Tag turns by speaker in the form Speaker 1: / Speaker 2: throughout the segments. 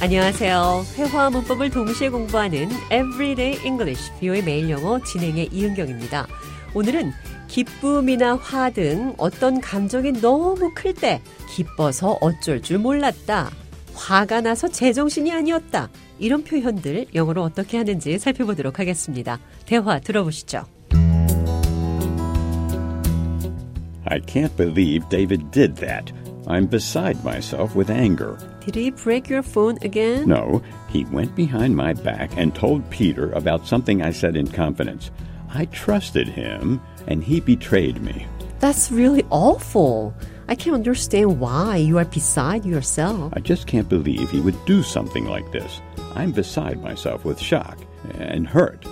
Speaker 1: 안녕하세요. 회화 문법을 동시에 공부하는 Everyday English 비오의 매일 영어 진행의 이은경입니다. 오늘은 기쁨이나 화 등 어떤 감정이 너무 클 때 기뻐서 어쩔 줄 몰랐다. 화가 나서 제정신이 아니었다. 이런 표현들 영어로 어떻게 하는지 살펴보도록 하겠습니다. 대화 들어보시죠.
Speaker 2: I can't believe David did that. I'm beside myself with anger.
Speaker 1: Did he break your phone again?
Speaker 2: No, he went behind my back and told Peter about something I said in confidence. I trusted him, and he betrayed me.
Speaker 1: That's really awful. I can understand why you are beside yourself.
Speaker 2: I just can't believe he would do something like this. I'm beside myself with shock and hurt.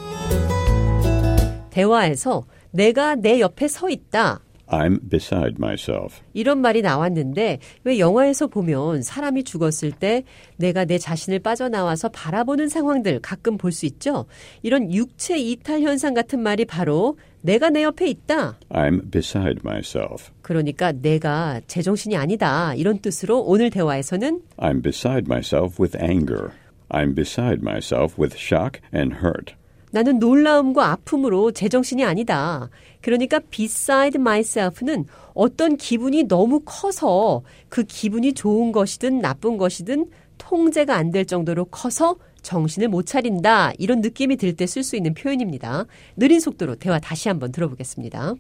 Speaker 1: 대화에서 내가 내 옆에 서 있다.
Speaker 2: I'm beside myself.
Speaker 1: 이런 말이 나왔는데 왜 영화에서 보면 사람이 죽었을 때 내가 내 자신을 빠져나와서 바라보는 상황들 가끔 볼 수 있죠. 이런 육체 이탈 현상 같은 말이 바로 내가 내 옆에 있다.
Speaker 2: I'm beside myself.
Speaker 1: 그러니까 내가 제정신이 아니다. 이런 뜻으로 오늘 대화에서는
Speaker 2: I'm beside myself with anger. I'm beside myself with shock and hurt.
Speaker 1: 나는 놀라움과 아픔으로 제정신이 아니다. 그러니까 beside myself는 어떤 기분이 너무 커서 그 기분이 좋은 것이든 나쁜 것이든 통제가 안 될 정도로 커서 정신을 못 차린다. 이런 느낌이 들 때 쓸 수 있는 표현입니다. 느린 속도로 대화 다시 한번 들어보겠습니다.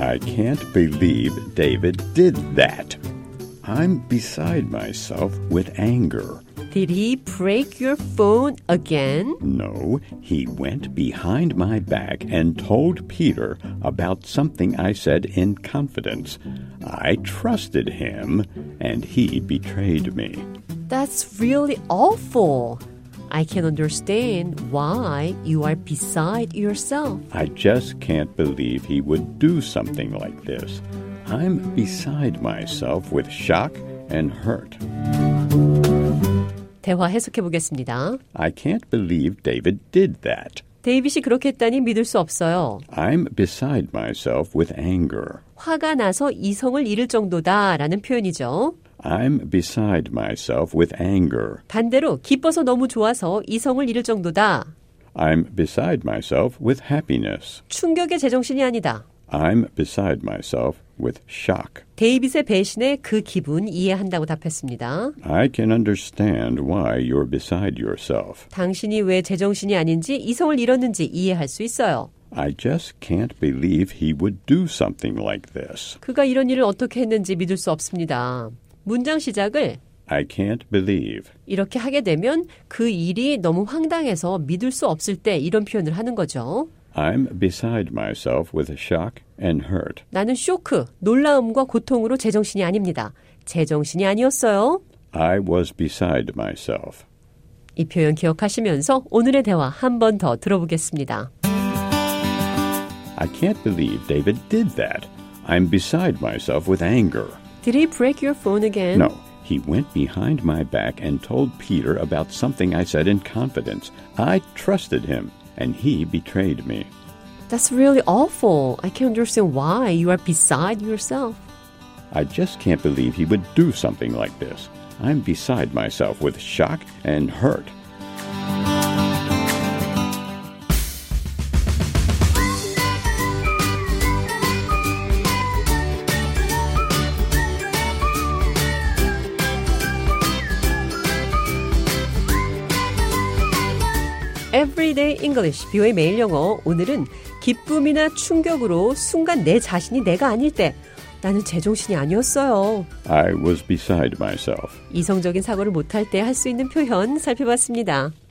Speaker 2: I can't believe David did that. I'm beside myself with anger.
Speaker 1: Did he break your phone again?
Speaker 2: No, he went behind my back and told Peter about something I said in confidence. I trusted him, and he betrayed me.
Speaker 1: That's really awful. I can understand why you are beside yourself.
Speaker 2: I just can't believe he would do something like this. I'm beside myself with shock and hurt.
Speaker 1: 대화 해석해 보겠습니다.
Speaker 2: I can't believe David did that.
Speaker 1: 데이빗이 그렇게 했다니 믿을 수 없어요.
Speaker 2: I'm beside myself with anger.
Speaker 1: 화가 나서 이성을 잃을 정도다라는 표현이죠.
Speaker 2: I'm beside myself with anger.
Speaker 1: 반대로 기뻐서 너무 좋아서 이성을 잃을 정도다.
Speaker 2: I'm beside myself with happiness.
Speaker 1: 충격의 제정신이 아니다.
Speaker 2: I'm beside myself with shock.
Speaker 1: 데이빗의 배신에 그 기분 이해한다고 답했습니다.
Speaker 2: I can understand why you're beside yourself.
Speaker 1: 당신이 왜 제정신이 아닌지 이성을 잃었는지 이해할 수 있어요.
Speaker 2: I just can't believe he would do something like this.
Speaker 1: 그가 이런 일을 어떻게 했는지 믿을 수 없습니다. 문장 시작을
Speaker 2: I can't believe.
Speaker 1: 이렇게 하게 되면 그 일이 너무 황당해서 믿을 수 없을 때 이런 표현을 하는 거죠.
Speaker 2: I'm beside myself with shock and hurt.
Speaker 1: 나는 쇼크, 놀라움과 고통으로 제정신이 아닙니다. 제정신이 아니었어요.
Speaker 2: I was beside myself.
Speaker 1: 이 표현 기억하시면서 오늘의 대화 한 번 더 들어보겠습니다.
Speaker 2: I can't believe David did that. I'm beside myself with anger.
Speaker 1: Did he break your phone again?
Speaker 2: No, he went behind my back and told Peter about something I said in confidence. I trusted him, and he betrayed me.
Speaker 1: That's really awful. I can understand why you are beside yourself.
Speaker 2: I just can't believe he would do something like this. I'm beside myself with shock and hurt.
Speaker 1: Everyday English, 비오의 매일 영어. 오늘은 기쁨이나 충격으로 순간 내 자신이 내가 아닐 때 나는 제정신이 아니었어요.
Speaker 2: I was beside myself.
Speaker 1: 이성적인 사고를 못할 때 할 수 있는 표현 살펴봤습니다.